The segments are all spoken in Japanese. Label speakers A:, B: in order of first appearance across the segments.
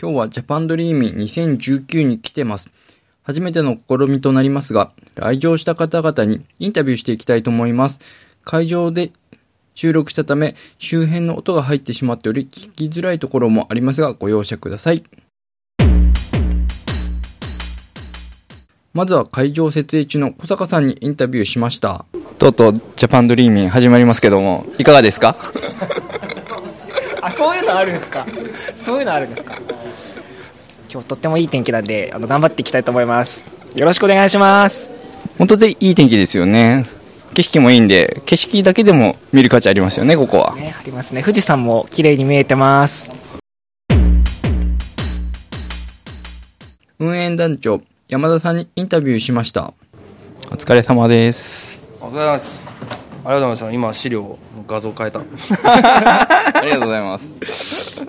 A: 今日はジャパンドリーミー2019に来てます。初めての試みとなりますが、来場した方々にインタビューしていきたいと思います。会場で収録したため、周辺の音が入ってしまっており、聞きづらいところもありますが、ご容赦ください。まずは会場設営中の小坂さんにインタビューしました。とうとうジャパンドリーミー始まりますけども、いかがですか
B: あそういうのあるんですかそういうのあるんですか今日とってもいい天気なんであの頑張っていきたいと思いますよろしくお願いします
A: 本当でいい天気ですよね。景色もいいんで、景色だけでも見る価値ありますよね、ここは。
B: ねありますね富士山も綺麗に見えてます
A: 運営団長、山田さんにインタビューしました。お疲れ様です。
C: お疲れ様です。ありがとうございました。今資料の画像変えた。
A: ありがとうございます。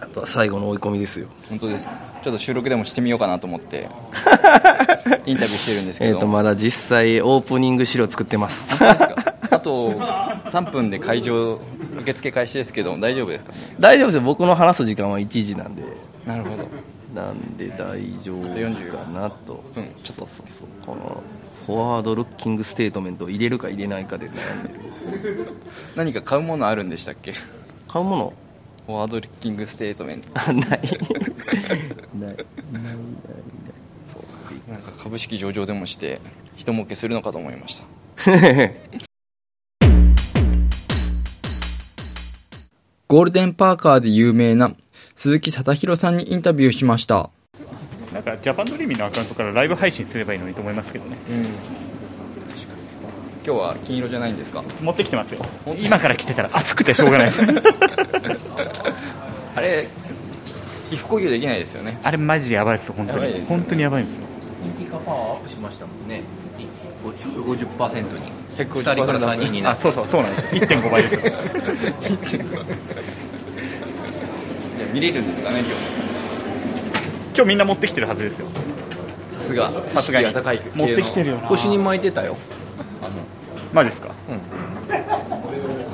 C: あとは最後の追い込みですよ。
A: 本当ですかちょっと収録でもしてみようかなと 思って、インタビューしてるんですけ
C: えっ、
A: ど。
C: とまだ実際オープニング資料作ってます。
A: 本当ですかあと3分で会場受付開始ですけど大丈夫ですかね
C: 大丈夫ですよ。僕の話す時間は1時なんで、
A: なるほど
C: なんで大丈夫
A: 40
C: かなと。
A: うん
C: ちょっとそうそうこのフォワードルッキングステートメントを入れるか入れないかで悩んでる。
A: 何か買うものあるんでしたっけフ
C: 買うもの
A: ォワードリッキングステートメント
C: あ ない。ない。
A: そうなんか株式上場でもして人儲けするのかと思い ましたゴールデンパーカーで有名な鈴木貞弘さんにインタビューしました
D: なんかジャパンドリーミーのアカウントからライブ配信すればいいのにと思いますけどね、
A: 今日は金色じゃないんですか
D: 持ってきてますよ
A: 本当ですか
D: 今から来てたら暑くてしょうがない
A: あれ衣服呼吸できないですよね
D: あれマジやばいです本当
A: やばいで
D: に
A: すよね
D: 本当にやばいんですよ
E: ピカパワーアップしましたもんね150%に
A: 150%
E: 2人から3人にな
D: あ
E: る
D: そうそうそうなんです1.5倍ですよ
A: じゃあ見れるんですかね今日
D: 今日みんな持ってきてるはずですよ
A: さすが
D: さすがに
A: 意識高い
D: 持ってきてるよな
E: 腰に巻いてたよ
D: マジですか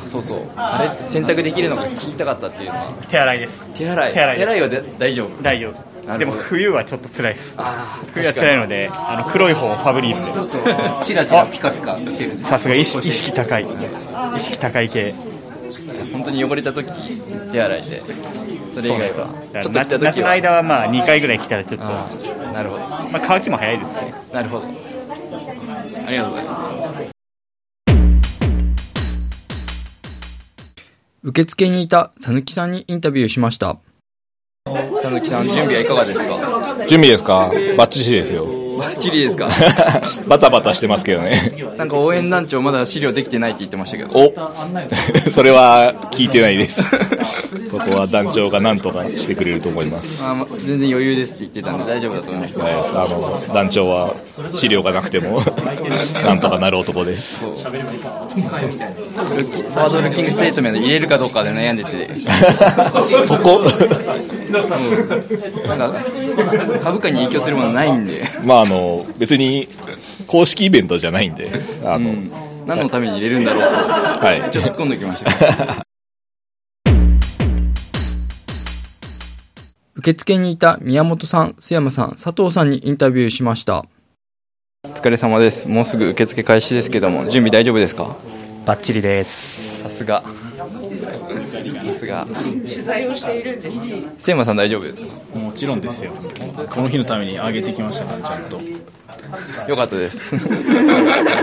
A: そうそうあれ選択できるのが聞きたかったっていうのは
D: 手洗いです
A: 手洗い
D: 手洗いです
A: はで大丈夫
D: 大丈
A: な
D: 夫
A: る
D: で
A: ほ
D: も
A: ど
D: 冬はちょっと辛いです
A: ああ
D: 冬は
A: 確
D: 辛
A: か
D: い
A: に
D: のであの黒い方をファブリーズ
E: チラチラピカピカしてる
D: でさすが意識意識高い意識高い系
A: 本当に汚れた時手洗いでそれ以外
D: そうなん
A: は
D: ですよ夏
A: ちょっと来た
D: 夏
A: 時
D: の
A: は
D: 間はまあ2回ぐらい来たらちょっと
A: ああなるほど
D: まあ、乾きも早いですし
A: なるほどありがとうございます受付にいたさぬきさんにインタビューしましたさぬきさん準備はいかがですか
F: 準備ですかバッチリですよ。
A: バッチリですか
F: バタバタしてますけどね。
A: なんか応援団長まだ資料できてないって言ってましたけど
F: お それは聞いてないです。 ここは団長が何とかしてくれると思います。
A: あま全然余裕ですって言ってたんで大丈夫だと思います
F: はいあの団長は資料がなくて もなんとかなる男です。
A: ルッキフォワードルッキングステートメント入れるかどうかで悩んでて、
F: そこ
A: なんか株価に影響するものないんで、
F: まああの別に公式イベントじゃないんで、あの、
A: 何のために入れるんだろう
F: はい
A: と、一応突っ込んでおきました。受付にいた宮本さん、須山さん、佐藤さんにインタビューしました。お疲れ様です。もうすぐ受付開始ですけども、準備大丈夫ですか
B: バッチリです
A: さすが。さすが。取材をしているんです。須山さん大丈夫ですか
G: もちろんですよ。この日のために上げてきましたから、ちゃんと。
A: よかったです。
H: パー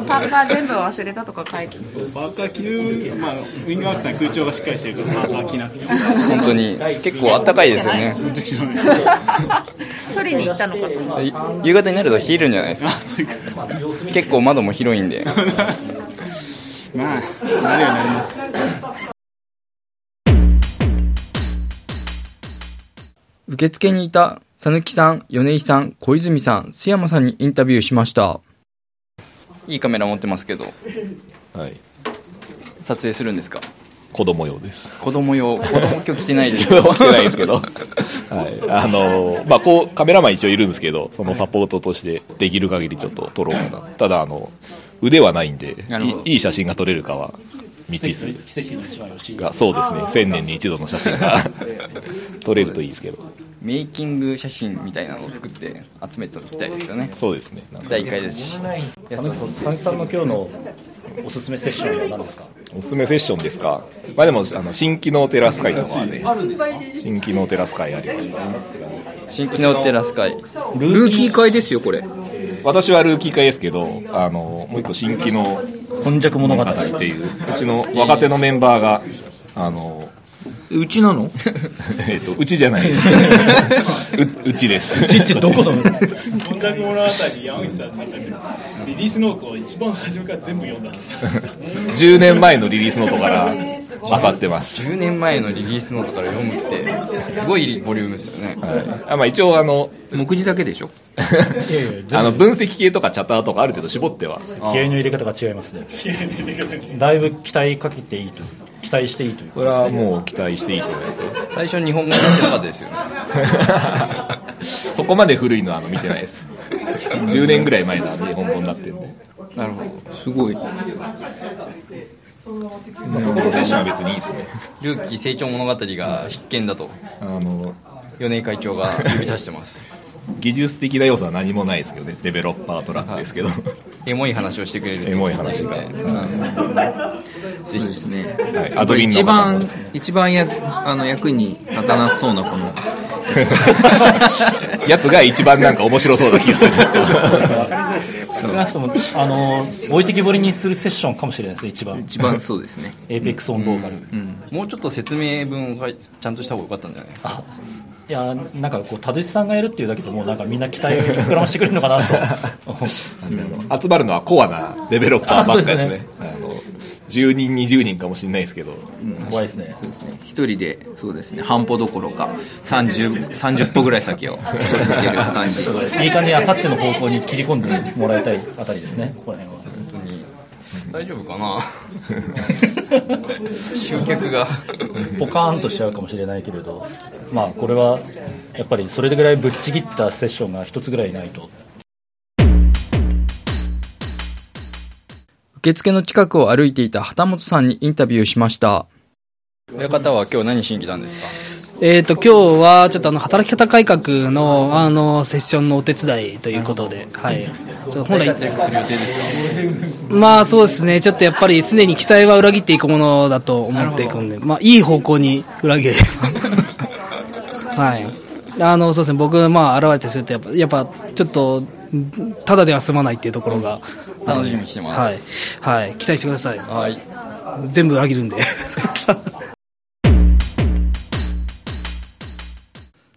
H: パーカー全部忘れたとか書いて
G: バーカー着る、まあ、ウィングワークさん空調がしっかりしてるから、バーカー着なくても。
A: 本当に結構あったかいです よね
H: 取りに行ったのかと思っ
A: い夕方になると冷えるんじゃないですか
G: あ、そういうこ
A: 結構窓も広いんで
G: と。まあ、なるようになります。
A: 受付にいたさぬきさん米井さん小泉さん須山さんにインタビューしましたいいカメラ持ってますけど
F: はい、
A: 撮影するんですか
F: 子供用です。
A: 子供用子供今日来てない です
F: 思ってないですけど、はいあのまあ、こうカメラマン一応いるんですけどそのサポートとしてできる限りちょっと撮ろうかなただあの腕はないんで
A: なるほど
F: いいいい写真が撮れるかは未知数
G: 奇跡の一枚を信じ
F: が、そうですね、千年に一度の写真が撮れるといいですけど、
A: メイキング写真みたいなのを作って集めておきたいですよね
F: そうですね、なんか
A: 第1回ですしやつを
G: 佐々木さんの今日のおすすめセッションは何ですか
F: おすすめセッションですか、まあでも、あの新機能テラス会とかはね、新機能テラス会あります。
A: 新機能テラス会ルーキー会ですよこれ
F: 私はルーキー会ですけど、あのもう一個新規の
G: 本弱物語
F: 方っていう、うちの若手のメンバーが、あの
E: うちなの
F: えっとうちじゃな いです。ううちです。
E: どこだ
G: 本弱物語山口さんなんだけどリリースノートを一番初めから全部読んだって
F: 10年前のリリースノートから漁ってます。
A: 10年前のリリースノートから読むってすごいボリュームですよね、
F: はいあまあ一応あの
E: 目次だけでしょ
F: あの分析系とかチャターとかある程度絞っては
I: 気合の入れ方が違いますね だいぶ期待かけていいと期待していいという
F: これはもう期待していいと思いますよ
A: 最初日本語になってなかったですよね
F: そこまで古いのはあの見てないです10年ぐらい前なんで本物になってるんで、
A: なるほど
E: すごい
F: まあ、そこの選手は別にいいですね
A: ルーキー成長物語が必見だと
F: あの
A: 米井会長が指さしてます
F: 技術的な要素は何もないですけどねデベロッパートラックですけど、
A: エモい話をしてくれるって
F: エモい話が、
A: ぜひね
F: はい、アドビンの
E: 一
F: 方
E: 番
F: も
E: 一番やあの役に立たなさそう なこの
F: やつが一番なんか面白そうな気がする
I: 少なくともあの置いてきぼりにするセッションかもしれないですね一番
E: 一番そうですね
I: APEX オンローカル、
A: もうちょっと説明文を書いちゃんとした方が良かったんじゃないですか
I: あいやなんかこう田口さんがやるっていうだけでもうなんかみんな期待を膨らましてくれるのかなと
F: 集まるのはコアなデベロッパーばっかりです
I: あそう
F: ねあの10人20人かもしれないですけど
I: 怖いですね
E: 一人でそう ですね半歩どころか 30, 30歩ぐらい先を行ける感じ
I: いい感じにあさっての方向に切り込んでもらいたいあたりですねここら辺は
A: 大丈夫かな 集客が
I: ポカーンとしちゃうかもしれないけれどまあこれはやっぱりそれぐらいぶっちぎったセッションが一つぐらいないと
A: 受付の近くを歩いていた旗本さんにインタビューしました親方は今日何しに来たんですか
J: えー、と今日はちょっとあの働き方改革のあのセッションのお手伝いということで、はい、ちょっと本来、まあそうですね、ちょっとやっぱり常に期待は裏切っていくものだと思っていくんで、まあ、いい方向に裏切れば、 はいあのそうですね、僕、まあ、現れてするとやっぱ、やっぱちょっと、ただでは済まないっていうところが、
A: 楽しみにしてます
J: はいはい、期待してください、
A: はい
J: 全部裏切るんで。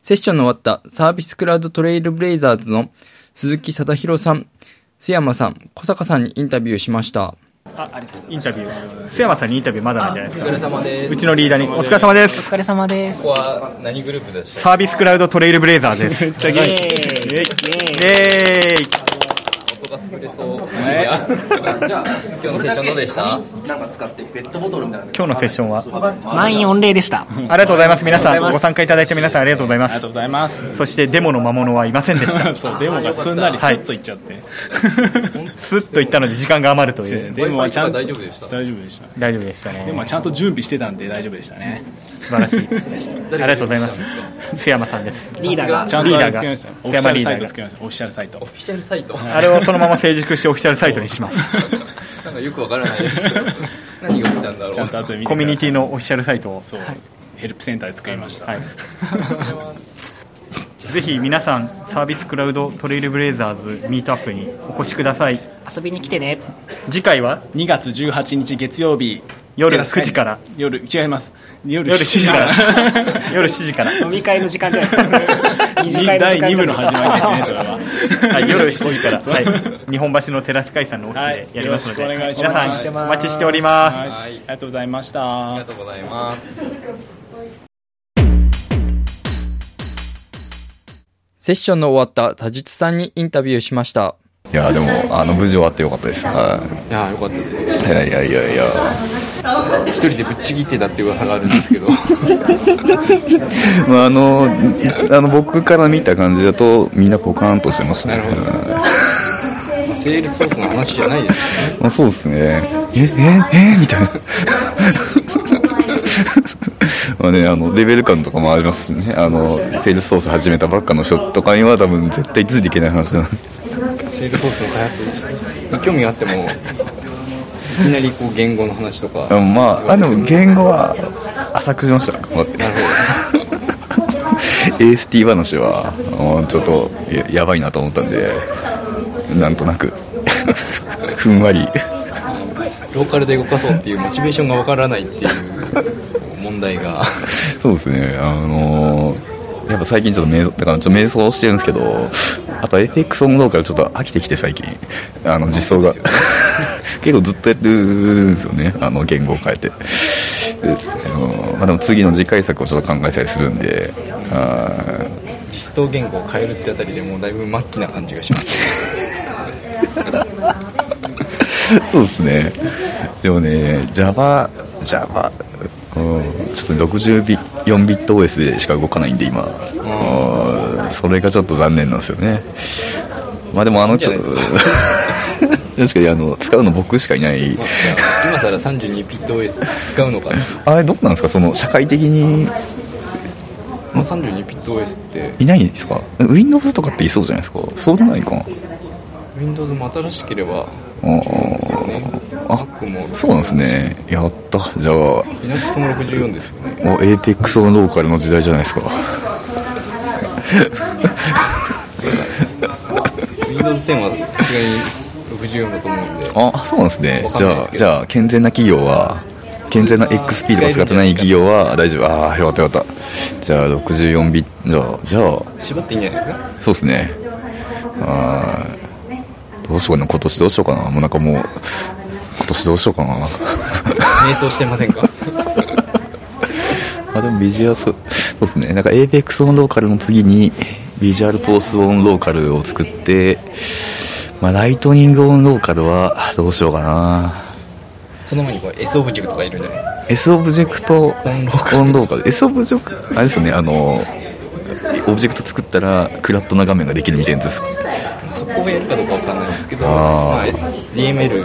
A: セッションの終わったサービスクラウドトレイルブレイザーズの鈴木貞弘さん、須山さん、小坂さんにインタビューしました。
D: インタビュー須山さんにインタビューまだなんじゃないですか
A: れ様で
D: うちのリーダーにお疲れ様です
B: お疲れ様です
A: ここは何グループでした
D: サービスクラウドトレイルブレイザーですイ
B: じゃあ
D: エーイ
A: 音が作れそう。 じゃあ、今日のセッションどうでした
D: 今日のセッションは
B: 満員御礼でした
D: ありがとうございます皆さんご参加いただいた皆さんありがとうございま
G: ありが
D: す
G: とうございます
D: そしてデモの魔物はいませんでした
G: そうデモがすんなりスッといっちゃって、
D: スッと言ったので時間が余るとい う
G: デモはちゃんと
A: Wi-Fi とか大丈夫でした
G: 大丈夫でした
D: 大丈夫でした
G: でも
D: ね
G: まあちゃんと準備してたんで大丈夫でしたね
D: 素晴らしいありがとうございます須山さんです
B: リーダーが
G: ちゃんとあれ
D: リーダ
G: つ
D: ーが
G: けましたよオフィ
D: 須
G: シ
D: 山
G: ャル
D: リー
G: サ
D: ダー
G: イ
D: が
G: トつけましたオフィシャルサイト
A: オフィシャルサイト
D: あれをそのまま成熟してオフィシャルサイトにします
A: なんかよくわからないですけど、何が起きたんだろ
G: ちゃんと
A: う。
G: 後で見てください
D: コミュニティのオフィシャルサイトを
G: そう、ヘルプセンターで作りました、
D: はいぜひ皆さんサービスクラウドトレイルブレイザーズミートアップにお越しください
B: 遊びに来てね
D: 次回は
G: 2月18日月曜日
D: 夜
G: テラス会
D: 9時から
G: 夜違います夜
D: 夜7時から 夜7時から、
B: 飲み会の時間じゃないですか二次会の
G: 第
B: 時間
G: 2
B: じゃ
G: 部
B: な
G: の
B: いです
G: 始まりですねそれ は
D: はい、夜7時から、はい、日本橋のテラス会さんのオフィスでやりますので、
G: はいよろしくお願いします
D: 皆さんお待ちしております
G: はい、ありがとうございました、
A: ありがとうございます。 セッションの終わった田実さんにインタビューしま した。
K: いやでもあの無事終わってよかったです。はい
A: やー、よかったです。
K: い、いやいやいやいや。
A: 一人でぶっちぎってたっていう噂があるんですけど、
K: まああのあの僕から見た感じだとみんなポカーンとしてましたね。
A: セールソースの話じゃないですよね
K: まあ、そうですね。え、え、えみたいな。 まあね、あのレベル感とかもありますしねあのセールスソース始めたばっかの人とかには多分絶対ついていけない話なんで
A: セールソースの開発に興味があってもいきなりこう言語の話とか
K: あまああでも言語は浅くしました頑張って AST 話はもうちょっとややばいなと思ったんでなんとなくふんわり
A: ローカルで動かそうっていうモチベーションがわからないっていう問題が
K: そうですねあのーやっぱ最近ちょっと瞑想だからちょっと瞑想してるんですけどあと FX 音動からちょっと飽きてきて最近あの実装が 結構ずっとやってるんですよねあの言語を変えてであのーまあ、でも次の次回作をちょっと考えたりするんであー
A: 実装言語を変えるってあたりでもうだいぶ末期な感じがします
K: そうですね。でもね、Java、Java、うん、ちょっと64ビット OS でしか動かないんで、今。うんそれがちょっと残念なんですよね。まあでも、あの、ちょっと、 確かにあの使うの僕しかいない。
A: 今さら 32PitOS 使うのかな
K: あれ、どうなんですかその、社会的に
A: この 32PitOS って
K: いないんですか ?Windows とかっていそうじゃないですかそうでもないかな
A: Windows も新しければ
K: あ
A: ですよね
K: あ
A: Mac も
K: そうなんですね。やった。じゃあ、お
A: Linux も64ですよね
K: APEX のローカルの時代じゃない ですか。
A: Windows 10はさすがに64だと思うんで
K: あそうなんですね
A: わかん
K: じ
A: ないで
K: ゃ
A: す
K: あ
A: けど
K: じゃあ健全な企業は健全な XP とか使ってない企業は大丈夫ああよかったよかったじゃあ64ビットじゃあじゃあ
A: 縛っていいんじゃないですか
K: そうですねあーどうしようかな今年どうしようかなもうなんかもう今年どうしようかな
A: 瞑想してませんか
K: あでもビジュアルそうですねなんか APEX オンローカルの次にビジュアルポースオンローカルを作ってまあライトニングオンローカルはどうしようかな
A: その前にこう S オブジェクトがいるんじゃないですか
K: S オブジェクトオンローカル S オブジェクトあれですよねあのオブジェクト作ったらクラッとな画面ができるみたいなやつですはい
A: そこをやるかどうかわかんないですけど、
K: あー
A: まあ DML を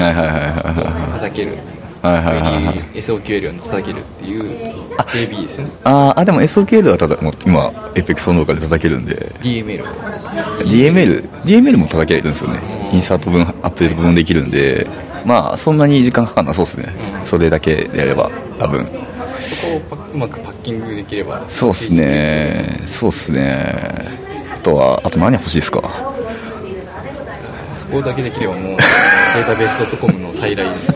K: はいはいはいはい
A: 叩ける、
K: はいはいはいはい
A: SOQL を叩けるっていう AB ですね
K: あーあでも SOKL はただもう今 APEX オンローカルで叩けるんで
A: DML を
K: DML DML も叩けるんですよねインサート分アップデート分できるんでまあそんなに時間かかんなそうですねそれだけでやれば多分
A: そこをパうまくパッキングできれば
K: そうっすねそうっすねあとはあと何欲しいですか
A: そこだけできればもうデータベース .com の再来です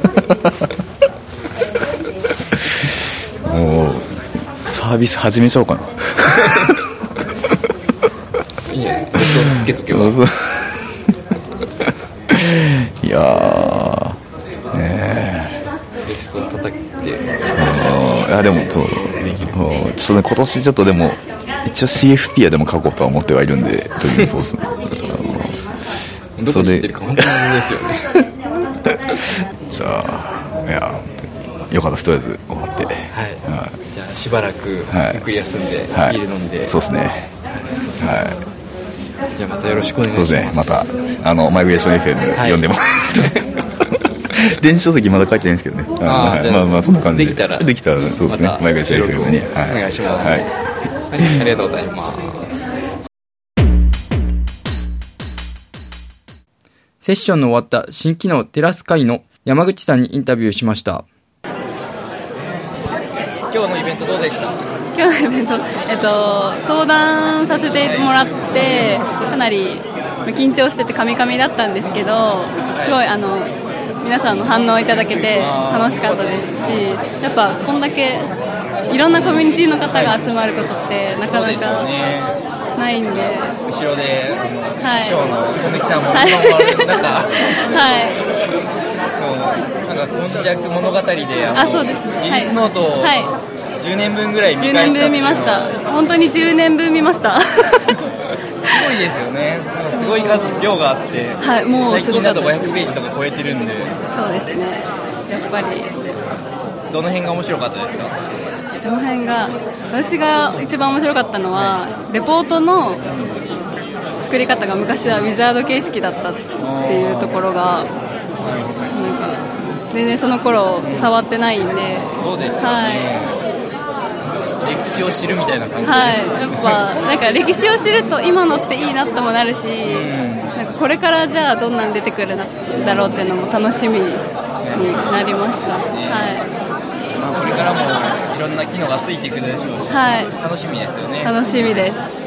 K: もうサービス始めちゃおうかな
A: いいんじゃない別をつけとけば
K: そう いやーね
A: ベースを叩け
K: えあのいやでもそううんちょっとね今年ちょっとでも一応 CFP はでも書こうとは思ってはいるんでトリニフォースのあの
A: どこ
K: そ
A: に行
K: れ
A: ってるか本当に謎ですよね
K: じゃあいやよかったですとりあえず終わって
A: はい、じゃあしばらく
K: はい
A: ゆっくり休んで、
K: はい
A: ビール飲んで
K: そうですねはい
A: じゃあまたよろしくお願いし
K: そ
A: ま
K: うですすね、また、あの、マイグレーション FM 読んでもらって、電子書籍まだ書いてないんですけどね。
A: あー
K: はい
A: じゃあ
K: まあまあ、そんな感じで。
A: できたら
K: できたら、そうですね
A: ま、た
K: マイグレーション
A: 収録
K: FM
A: を
K: に。
A: お願いします
K: はい。
A: はい、ありがとうござい ます。セッションの終わった新機能テラス会の山口さんにインタビューしました。
E: 今日のイベントどうでした
L: 今日のイベント、えっと、登壇させてもらってかなりまあ緊張しててカミカミだったんですけどすごいあの皆さんの反応いただけて楽しかったですしやっぱこんだけいろんなコミュニティの方が集まることってなか
E: そう
L: な
E: ですよ
L: か
E: ね
L: ないんで。
E: 後ろであの、
L: い
E: 師匠の佐々木さんも
L: は
E: 見
L: い
E: 守られる中、
L: はい、
E: もうなんか今昔物語であの
L: あそうですね、
E: リリ
L: は
E: ー
L: い
E: スノートを
L: はい、
E: 10年分ぐらい見
L: 10
E: 返
L: 年
E: したっていう
L: 分見ました本当に10年分見ました
E: すごいですよねなんかすごい数量があって、
L: はいもうす
E: 最
L: ご
E: 近
L: か
E: だ
L: った
E: と
L: です
E: 500ページとか超えてるんで
L: そうですねやっぱり
E: どの辺が面白かったですか
L: どの辺が私が一番面白かったのはレポートの作り方が昔はウィザード形式だったっていうところがなんか全然その頃触ってないんで
A: そうですよね歴史を知るみたいな感じです、
L: はい、やっぱなんか歴史を知ると今のっていいなともなるし、なんかこれからじゃあどんなん出てくるんだろうっていうのも楽しみになりました。は
A: まあこれからもいろんな機能がついていくでしょうし、
L: はい
A: 楽しみですよ
L: い、
A: ね
L: 楽しみです。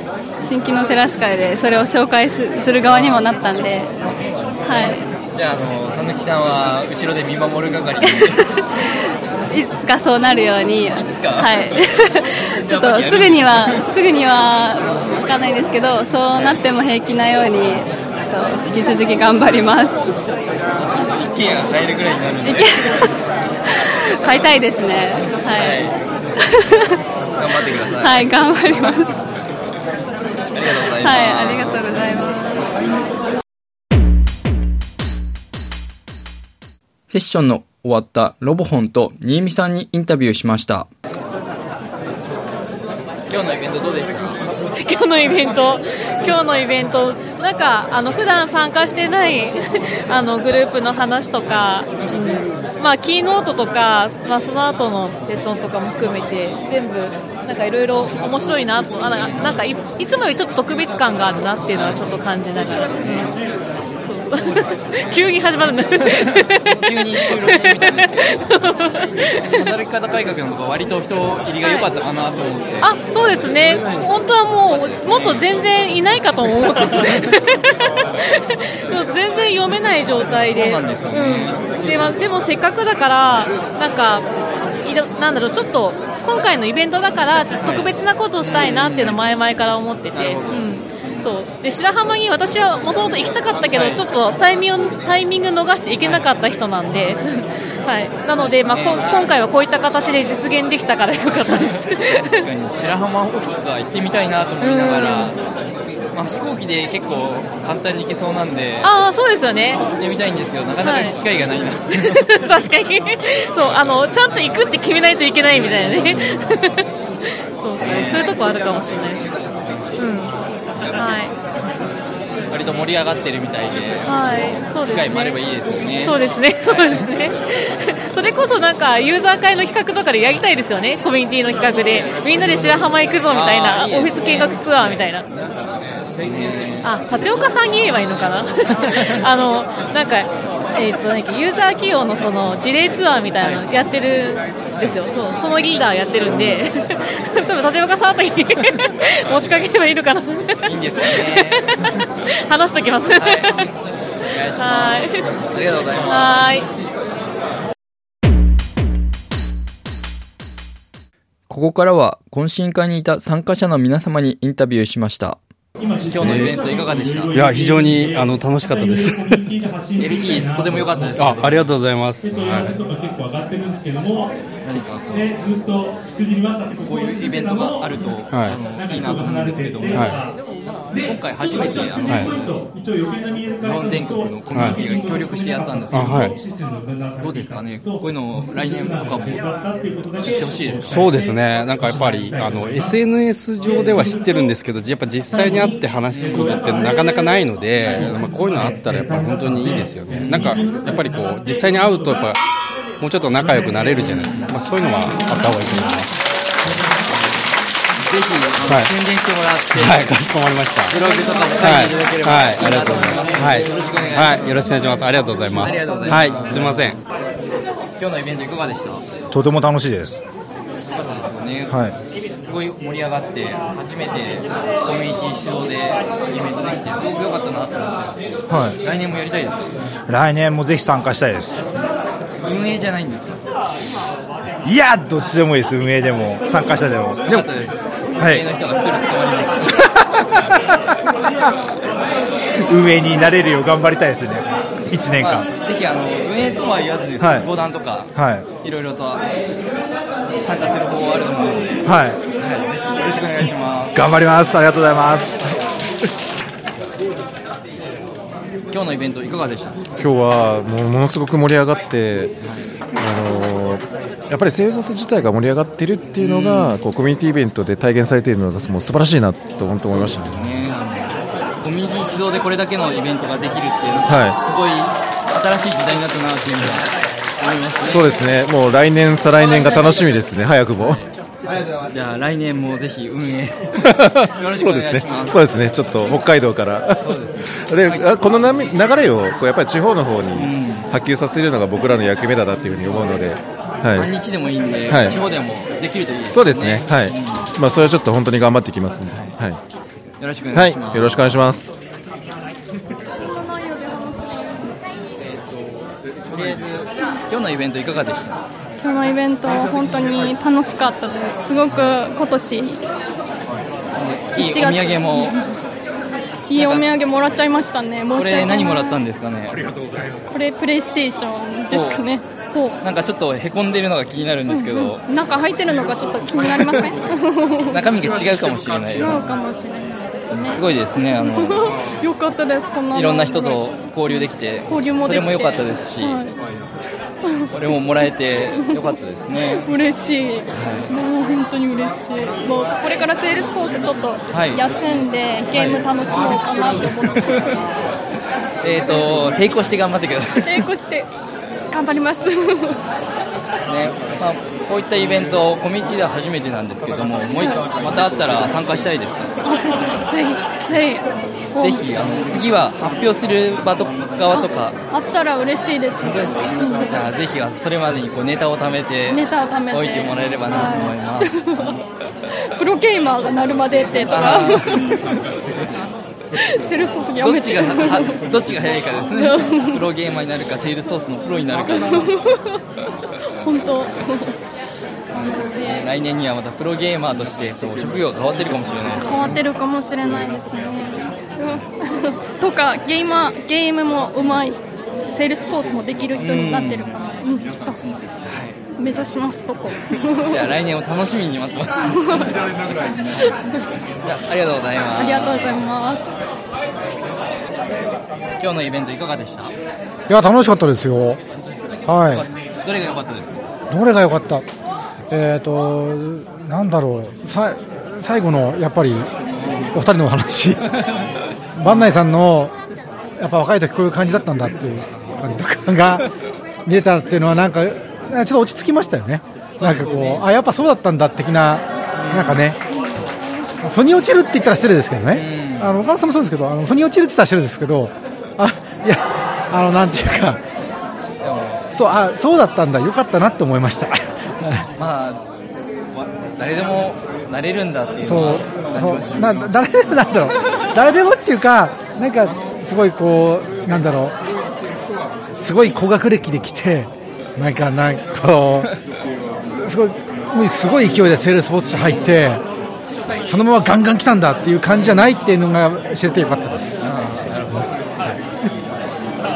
L: 新規のテラス会でそれを紹介すする側にもなったんで、は
A: じゃああのたぬきさんは後ろで見守る係で
L: い、いつかそうなるように、 はい、ちょっ
A: やっぱ
L: と
A: り
L: すぐにはすぐにはわかんないですけど、そうなっても平気なように、えっと引き続き頑張ります。
A: 一軒家が買えるぐらいになるんで
L: 買いたいですね。はい。
A: 頑張ってください
L: はい、頑張ります。
A: ありがとうございます、
L: はい、ありがとうございます。
M: セッションの終わったロボホンと新見さんにインタビューしました。
A: 今日のイベントどうでした
N: 今日のイベント今日のイベントなんかあの普段参加してない あのグループの話とか、まあキーノートとか、まあその後のセッションとかも含めて全部なんかいろいろ面白いなとあなんかなんかいいつもよりちょっと特別感があるなっていうのはちょっと感じながら。そうそう 急に始まるんだ急に収録してみたんですけど
A: 働き方改革のとこ割と人入りが良かったかなと思って、
N: あそうですね、本当はもう、もっと全然いないかと思って、そう全然読めない状態で、
A: そうなんですよね
N: うんでまあでもせっかくだから、なんか、いろなんだろう、ちょっと今回のイベントだから、ちょっと特別なことをしたいなっていうのを前々から思ってて。うんそうで白浜に私はもともと行きたかったけど、
L: はい
N: ちょっとタイミングタイミング逃して行けなかった人な んで、はい、なので、まあ、こん今回はこういった形で実現できたからよかったです。
A: 確かに白浜オフィスは行ってみたいなと思いながら、まあ、飛行機で結構簡単に行けそうなんで
N: ああそうですよね
A: 行ってみたいんですけどなかなか機会がないな、
N: 確かにそうあのちゃんと行くって決めないといけないみたいなね そうそうそういうとこあるかもしれないですうんは
A: 割と盛り上がってるみたいで、
N: はいそうですね
A: 機会もあればいいですよ
N: い
A: ね
N: そうですね そうですねそれこそなんかユーザー会の企画とかでやりたいですよねコミュニティの企画でみんなで白浜行くぞみたいな
A: あーいいですね
N: オフィス見学ツアーみたいなあ立岡さんに言えばいいのかな あのなんかえっとなんかユーザー企業のその事例ツアーみたいなのやってるんですよ、そうそのリーダーやってるんで、 多分立岡さんあたりに 持ちかければいいのかな、
A: いいんですよね
N: 話しときます。
A: はいお願いしますありがとうございます
N: はい
M: ここからは懇親会にいた参加者の皆様にインタビューしました。
A: 今日のイベントいかがでした
D: いや、非常にあの楽しかった です。
A: LT とても良かったですけど
D: あありがとうございます。はい
O: とか結構上がってるんですけども、
A: 何かこう
O: ね、ずっとしくじりましたって
A: こういうイベントがあると、
D: はい
A: あのいいなと思うんですけども、今回初めてあの、日本全国のコミュニティが協力してやったんですけど、
D: あはい
A: どうですかね、こういうの来年とかもやってほしいですか、
D: そうですね、なんかやっぱりあの SNS 上では知ってるんですけど、やっぱ実際に会って話すことってなかなかないので、まあ、こういうのあったらやっぱ本当にいいですよね、なんかやっぱりこう、実際に会うと、やっぱもうちょっと仲良くなれるじゃない、まあ、そういうのはあった方がいいと思います。
A: ぜひあの
D: はい
A: 宣伝してもらって、
D: はい、かしこまりました。
A: ブログとかも書いていただければ、
D: はい、はいい、
A: い
D: あり
A: な
D: が
A: と
D: とう
A: 思
D: ござ
A: い
D: いますす。
A: ま、
D: はい、
A: よろしくお願いします。
D: はい、よろしくお願いします。ありがとうございます。
A: ありがとうござい
D: はい
A: ます、
D: すみません。
A: 今日のイベントいかがでしたよかっ
P: とても楽しいです。
A: たですよね、
P: は
A: すごい盛り上がって、初めてコミュニティ主導でイベントできて、すごく良かったなと思ってるんですけど、
P: はい
A: 来年もやりたいですか
P: 来年もぜひ参加したいです。
A: 運営じゃないんですか
P: いや、どっちでもいいです。運営でも参加者でも。で
A: 良か
P: も
A: っ たです、
P: は
A: 運営
P: い、
A: の人が一人捕まりました
P: 運営になれるよう頑張りたいですね。一年
A: まあ
P: 間。
A: ぜひあの運営とは言わず、
P: はい
A: 登壇とか、
P: はい。
A: い、ろいろと参加する方法あると思うので、
P: は
A: は
P: い。
A: い、ぜひよろしくお願いします。
P: 頑張ります。ありがとうございます。
A: 今日のイベントいかがでした？
Q: 今日はもうものすごく盛り上がって、あのやっぱりセールソース自体が盛り上がってるっていうのが、こうコミュニティイベントで体現されているのがもう素晴らしいなと本当思いましたね。
A: ね、あコミュニティ主導でこれだけのイベントができるっていうのが、
Q: は
A: すごい新しい時代になったなっていうのは思いますね
Q: そうですね、もう来年、再来年が楽しみですね、早くも。
A: じゃあ来年もぜひ運営よろし
Q: そ
A: くお
Q: うです
A: 願い
Q: ね
A: しま、す
Q: そうですね、ちょっと北海道から。で、あこのなみ流れを、こうやっぱり地方の方に波及させるのが僕らの役目だなっていうふうに思うので。はい。
A: 半日でもいいんで、
Q: はい
A: 地方でもできるといいですね
Q: そうですね、はい。まあ、それはちょっと本当に頑張っていきますね。はい。
A: よろしくお願いします
Q: はい、よろしくお願いします。
A: とりあえず今日のイベントいかがでした
R: このイベント本当に楽しかったですすごく今年
A: いいお土
R: 1月
A: 産も
R: いいお土産もらっちゃいましたね
A: こ
R: 申し
A: れ
R: 訳ない
A: 何もらったんですかねありがとうございます
R: これプレイステーションですかねほう
A: なんかちょっとへこんでるのが気になるんですけど、
R: 中入ってるのかちょっと気になりません
A: 中身が違うかもしれない
R: 違うかもしれないですね
A: すごいですねあの
R: よかったですこんない
A: ろんな人と交流できて
R: 交流も
A: そ
R: できて
A: れも良かったですし、
R: はい
A: これももらえて良かったですね
R: 嬉しい、もう本当に嬉しいもうこれからセールスフォースちょっと
A: い
R: 休んでゲーム楽しもうかなって 思ってます、
A: えっと並行して頑張ってください、ね
R: 並行して頑張りま す
A: まあ、こういったイベントコミュニティでは初めてなんですけどももう一またあったら参加したいですか
R: あぜひぜひ
A: ぜひあの次は発表する場と側とか
R: あったら嬉しいです本当ですか、うん
A: じゃあぜひそれまでにこうネタを貯めて
R: ネタを貯めて
A: おいてもらえればなと思います、
R: プロゲーマーがなるまでってとか セールスフォースや
A: どっ
R: め
A: ち
R: て
A: がはどっちが早いかです ねプロゲーマーになるかセールスソースのプロになるか
R: 本当
A: 来年にはまたプロゲーマーとしてこう職業が変わってるかもしれないです
R: 変わってるかもしれないですね。うんとかゲーマーゲームもうまいセールスフォースもできる人になってるかも、うんそう目指しますそこ
A: じゃあ来年を楽しみに待ってますじゃあありがとうございます
R: ありがとうございます
A: 今日のイベントいかがでした
S: いや楽しかったですよ。は
A: どれが良かったですか
S: い。どれが良かった。えっ、となんだろう。さ最後のやっぱりお二人のお話。万内さんのやっぱ若い時こういう感じだったんだっていう感じとかが見れたっていうのはなんかちょっと落ち着きましたよね。なんかこうあやっぱそうだったんだ的ななんかね。腑に落ちるって言ったら失礼ですけどね。あの岡田さんもそうですけどあの腑に落ちるって言ったら失礼ですけど。あいやあのなんていうか。そうあそうだったんだ、よかったなって思いました、
A: まあわ誰でもなれるんだっていうの
S: そ
A: は
S: う
A: 感じまし
S: そ
A: た
S: う
A: ね
S: な誰でもなんだろう、誰でもっていうか、なんかすごいこう、なんだろう、すごい高学歴で来て、なんか、なんかこう、すごい、もうすごい勢いでセールスポーツ社入って、そのままガンガン来たんだっていう感じじゃないっていうのが知れてよかったです。
A: なるほど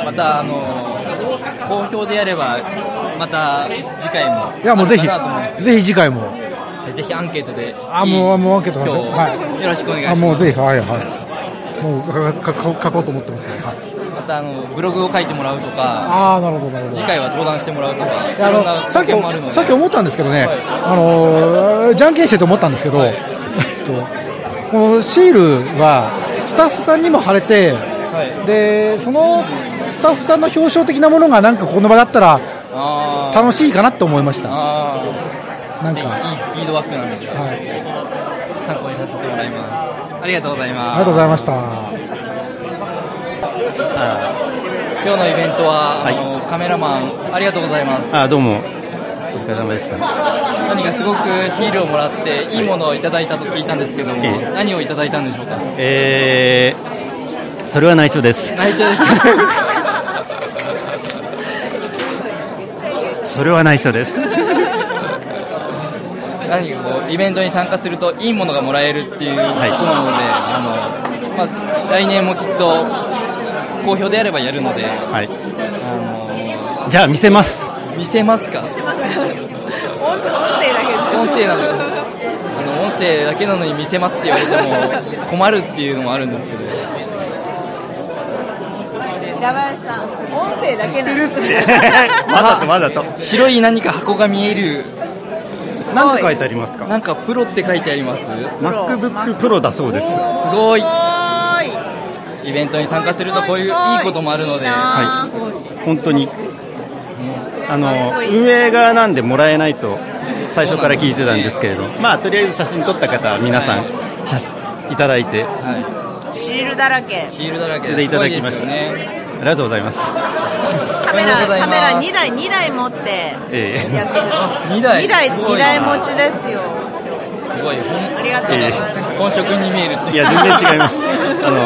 A: またあの好評でやればまた次回も
S: いやもうぜ
A: あ
S: ひ
A: るかなと思うんですけ、ど
S: ぜひ次回も、
A: ぜひアンケートで
S: あもうもうアンケート
A: 今
S: し
A: 日
S: ます
A: よろしくお願いし
S: あ
A: ます
S: もうぜひはいはい。もうかかか書こうと思ってますから。はい
A: またあのブログを書いてもらうとか
S: ああなるほどなるほど
A: 次回は登壇してもらうとか
S: いやあ
A: いろんな
S: のさっ
A: 経験もあるの
S: き
A: で
S: さっき思ったんですけどね、あのーじゃんけんしてて思ったんですけど、 えっとこのシールはスタッフさんにも貼れて、でそのスタッフさんの表彰的なものがなんかこの場だったら
A: あ
S: 楽しいかなと思いました。
A: あー
S: なんか
A: ぜひいいフィードバックなんで、参考にさせてもらいますありがとうござい
S: あ
A: ます
S: りがとうございました。
A: 今日のイベントは、あのカメラマンありがとうございます
T: あどうもお疲れ様でした
A: 何かすごくシールをもらっていいものをいただいたと聞いたんですけども、何をいただいたんでしょうか
T: えー、それは内緒です
A: 内緒です
T: それは内緒です
A: 何かこうイベントに参加するといいものがもらえるっていうことなので、あのまあ、来年もきっと好評であればやるので
T: はいじゃあ見せます
A: 見せますか
B: 音声だけ
A: 音声なのあの音声だけなのに見せますって言われても困るっていうのもあるんですけど
B: ラバヤシさん音声だけなの
T: わざとわざと
A: 白い何か箱が見える
T: 何て書いてありますか
A: なんかプロって書いてあります
T: MacBook Pro だそうです
A: すごい
B: おーい
A: イベントに参加するとこういういいこともあるので、
T: はい、本当にあの運営側なんでもらえないと最初から聞いてたんですけれど、まあとりあえず写真撮った方は皆さん写真いただいて、
U: シールだらけ
A: シールだらけ
T: でいただきました、ありがとうございます。
U: カメラカメラ2台2台持って
T: ええ
U: やってくる
A: 2台
U: 2台
A: すごい
U: 2
A: な
U: 台持ちですよ
A: すごい
U: ありがとうございます
A: 本職に見えるって
T: いや全然違 います。あの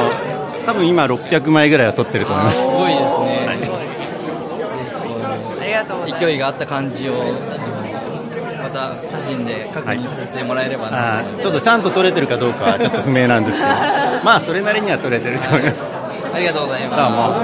T: 多分今600枚ぐらいは撮ってると思います。
A: ごいですね、
U: ありがとうございます
A: 勢いがあった感じをまた写真で確認させてもらえればな、
T: あーちょっとちゃんと撮れてるかどうかはちょっと不明なんですけど、まあそれなりには撮れてると思います。
A: ありがとうございます
T: どうも。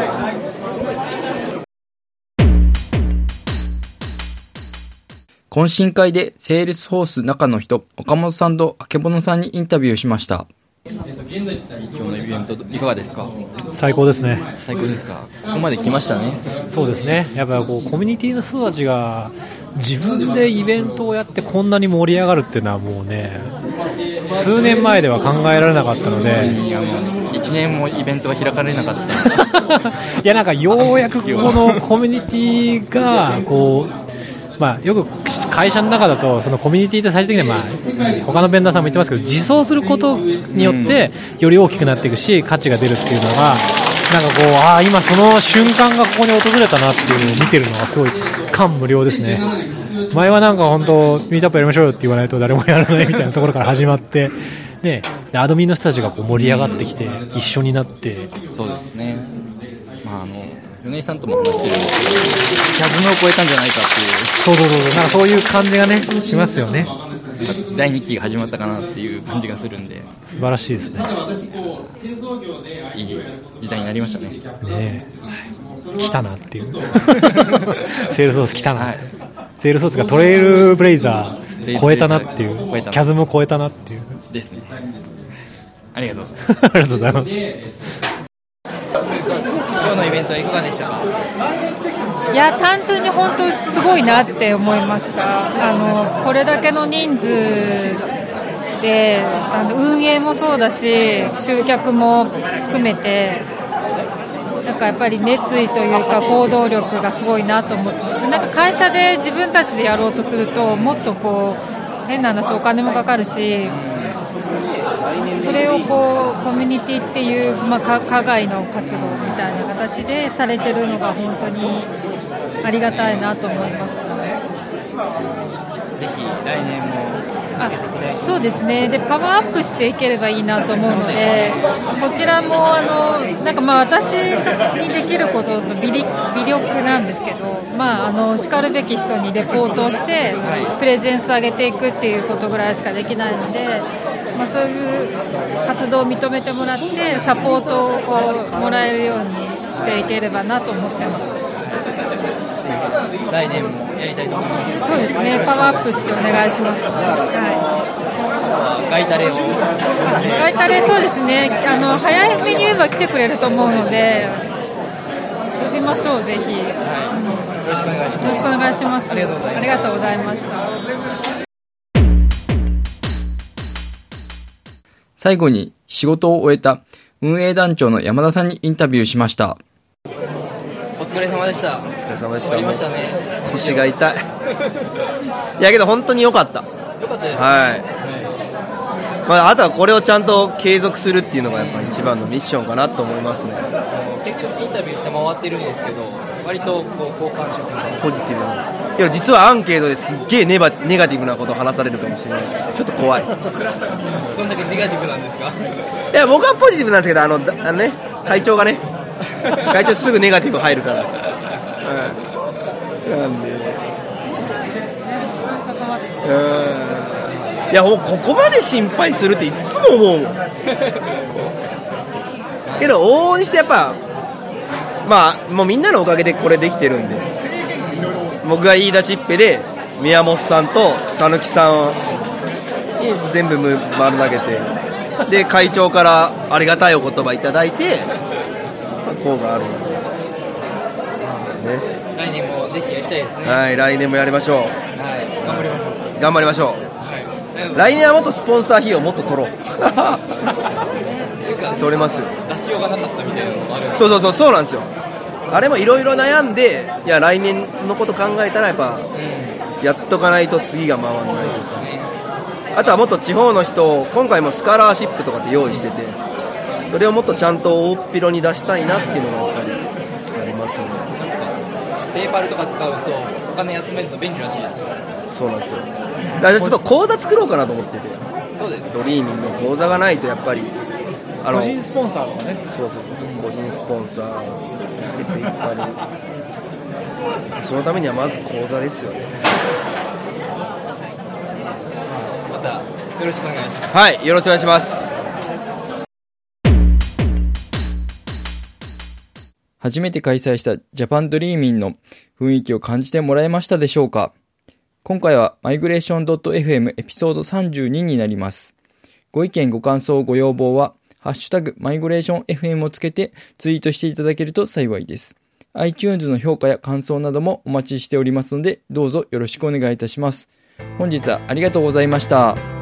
A: 懇親会でセールスフォース中の人岡本さんとあけぼのさんにインタビューしました
E: 今日のイベントいかがですか
V: 最高ですね
E: 最高ですかここまで来ましたね
V: そうですねやっぱりこうコミュニティの人たちが自分でイベントをやってこんなに盛り上がるっていうのはもうね数年前では考えられなかったので
E: いやもう1年もイベントが開かれなかった
V: いやなんかようやくこのコミュニティがこうまあよく会社の中だとそのコミュニティって最終的にはまあ他のベンダーさんも言ってますけど自走することによってより大きくなっていくし価値が出るっていうのがなんかこうああ今その瞬間がここに訪れたなっていうのを見てるのがすごい感無量ですね。前はなんか本当ミートアップやりましょうよって言わないと誰もやらないみたいなところから始まって、ね、でアドミンの人たちがこう盛り上がってきて一緒になって
E: そうですねまああの米井さんとも話してるんですけど100分を超えたんじゃないかって
V: そうそうそうそうなんかそういう感じがねしますよね
E: いうなんか第2期が始まったかなっていう感じがするんで
V: 素晴らしいですね
E: いい時代になりましたね
V: ねえ来たなっていう セールソース来たな、セールソースがトレイルブレイザー超えたなっていう
E: 超えたな
V: キャズム超えたなっていう
E: ですねありがとうござい
V: ますありがとうございます
E: 今日のイベントはいかがでしたか
W: いや単純に本当すごいなって思いましたあのこれだけの人数であの運営もそうだし集客も含めてなんかやっぱり熱意というか行動力がすごいなと思ってなんか会社で自分たちでやろうとするともっとこう変な話お金もかかるしそれをこうコミュニティっていう、まあ、か課外の活動みたいな形でされてるのが本当にありがたいなと思います。
E: ぜひ来年も続けてくれ
W: そうですねでパワーアップしていければいいなと思うのでこちらもあのなんかまあ私にできることの微力微力なんですけど、まあ、あのしかるべき人にレポートをしてプレゼンス上げていくっていうことぐらいしかできないので。まあ、そういう活動を認めてもらってサポートをもらえるようにしていければなと思ってます。
E: 来年もやりたいと思います
W: そうですねパワーアップしてお願いします。はい
E: ガイタレを
W: 大体そうですねあの早めに言えば来てくれると思うので呼びましょうぜひ、
E: よろしくお願いします
W: よろしくお願いしますありがとうございました
A: 最後に仕事を終えた運営団長の山田さんにインタビューしました
E: お疲れ様でしたお
X: 疲れ様でした
E: 終わりましたね
X: 腰が痛いいやけど本当に良かった
E: よかったですね
X: はい、まあ、あとはこれをちゃんと継続するっていうのがやっぱ一番のミッションかなと思いますね
E: 結構インタビューして回ってるんですけど割とこう好感触が
X: ポジティブなけど実はアンケートですっげえネバネガティブなことを話されるかもしれないちょっと怖い
E: クラスターがどんだけネガティブなんですか
X: いや僕はポジティブなんですけどあのだあのね会長がね会長すぐネガティブ入るから、はいなんでうんいやもうここまで心配するっていつも思うもん けど往々にしてやっぱまあもうみんなのおかげでこれできてるんで僕が言い出しっぺで宮本さんと讃岐さんに全部む丸投げてで会長からありがたいお言葉いただいてまあこうがあるんでね
E: 来年もぜひやりたいですね
X: はい来年もやりましょ
E: はい頑張りましょう
X: う頑張りましょう来年はもっとスポンサー費用もっと取ろう
E: よ
X: か 取れます
E: 出しようがなかったみたいなのもあるんです
X: そうそうそうそうなんですよあれもいろいろ悩んでいや来年のこと考えたらやっぱやっとかないと次が回らないとかあとはもっと地方の人を今回もスカラーシップとかって用意しててそれをもっとちゃんと大っぴろに出したいなっていうのがやっぱりありますね
E: ペーパルとか使うとお金集めるの便利らしいですよ
X: そうなんですよだからちょっと口座作ろうかなと思ってて
E: そうです
X: ドリーミンの口座がないとやっぱりあの
G: 個人スポンサーとかね
X: そうそうそうそう個人スポンサーやっぱりそのためにはまず口座ですよね
E: またよろしくお願いします
X: はいよろしくお願いします
A: 初めて開催したジャパンドリーミンの雰囲気を感じてもらえましたでしょうか今回はマイグレーション .fm エピソード32になります。ご意見ご感想ご要望は、ハッシュタグマイグレーション FM をつけてツイートしていただけると幸いです。iTunes の評価や感想などもお待ちしておりますので、どうぞよろしくお願いいたします。本日はありがとうございました。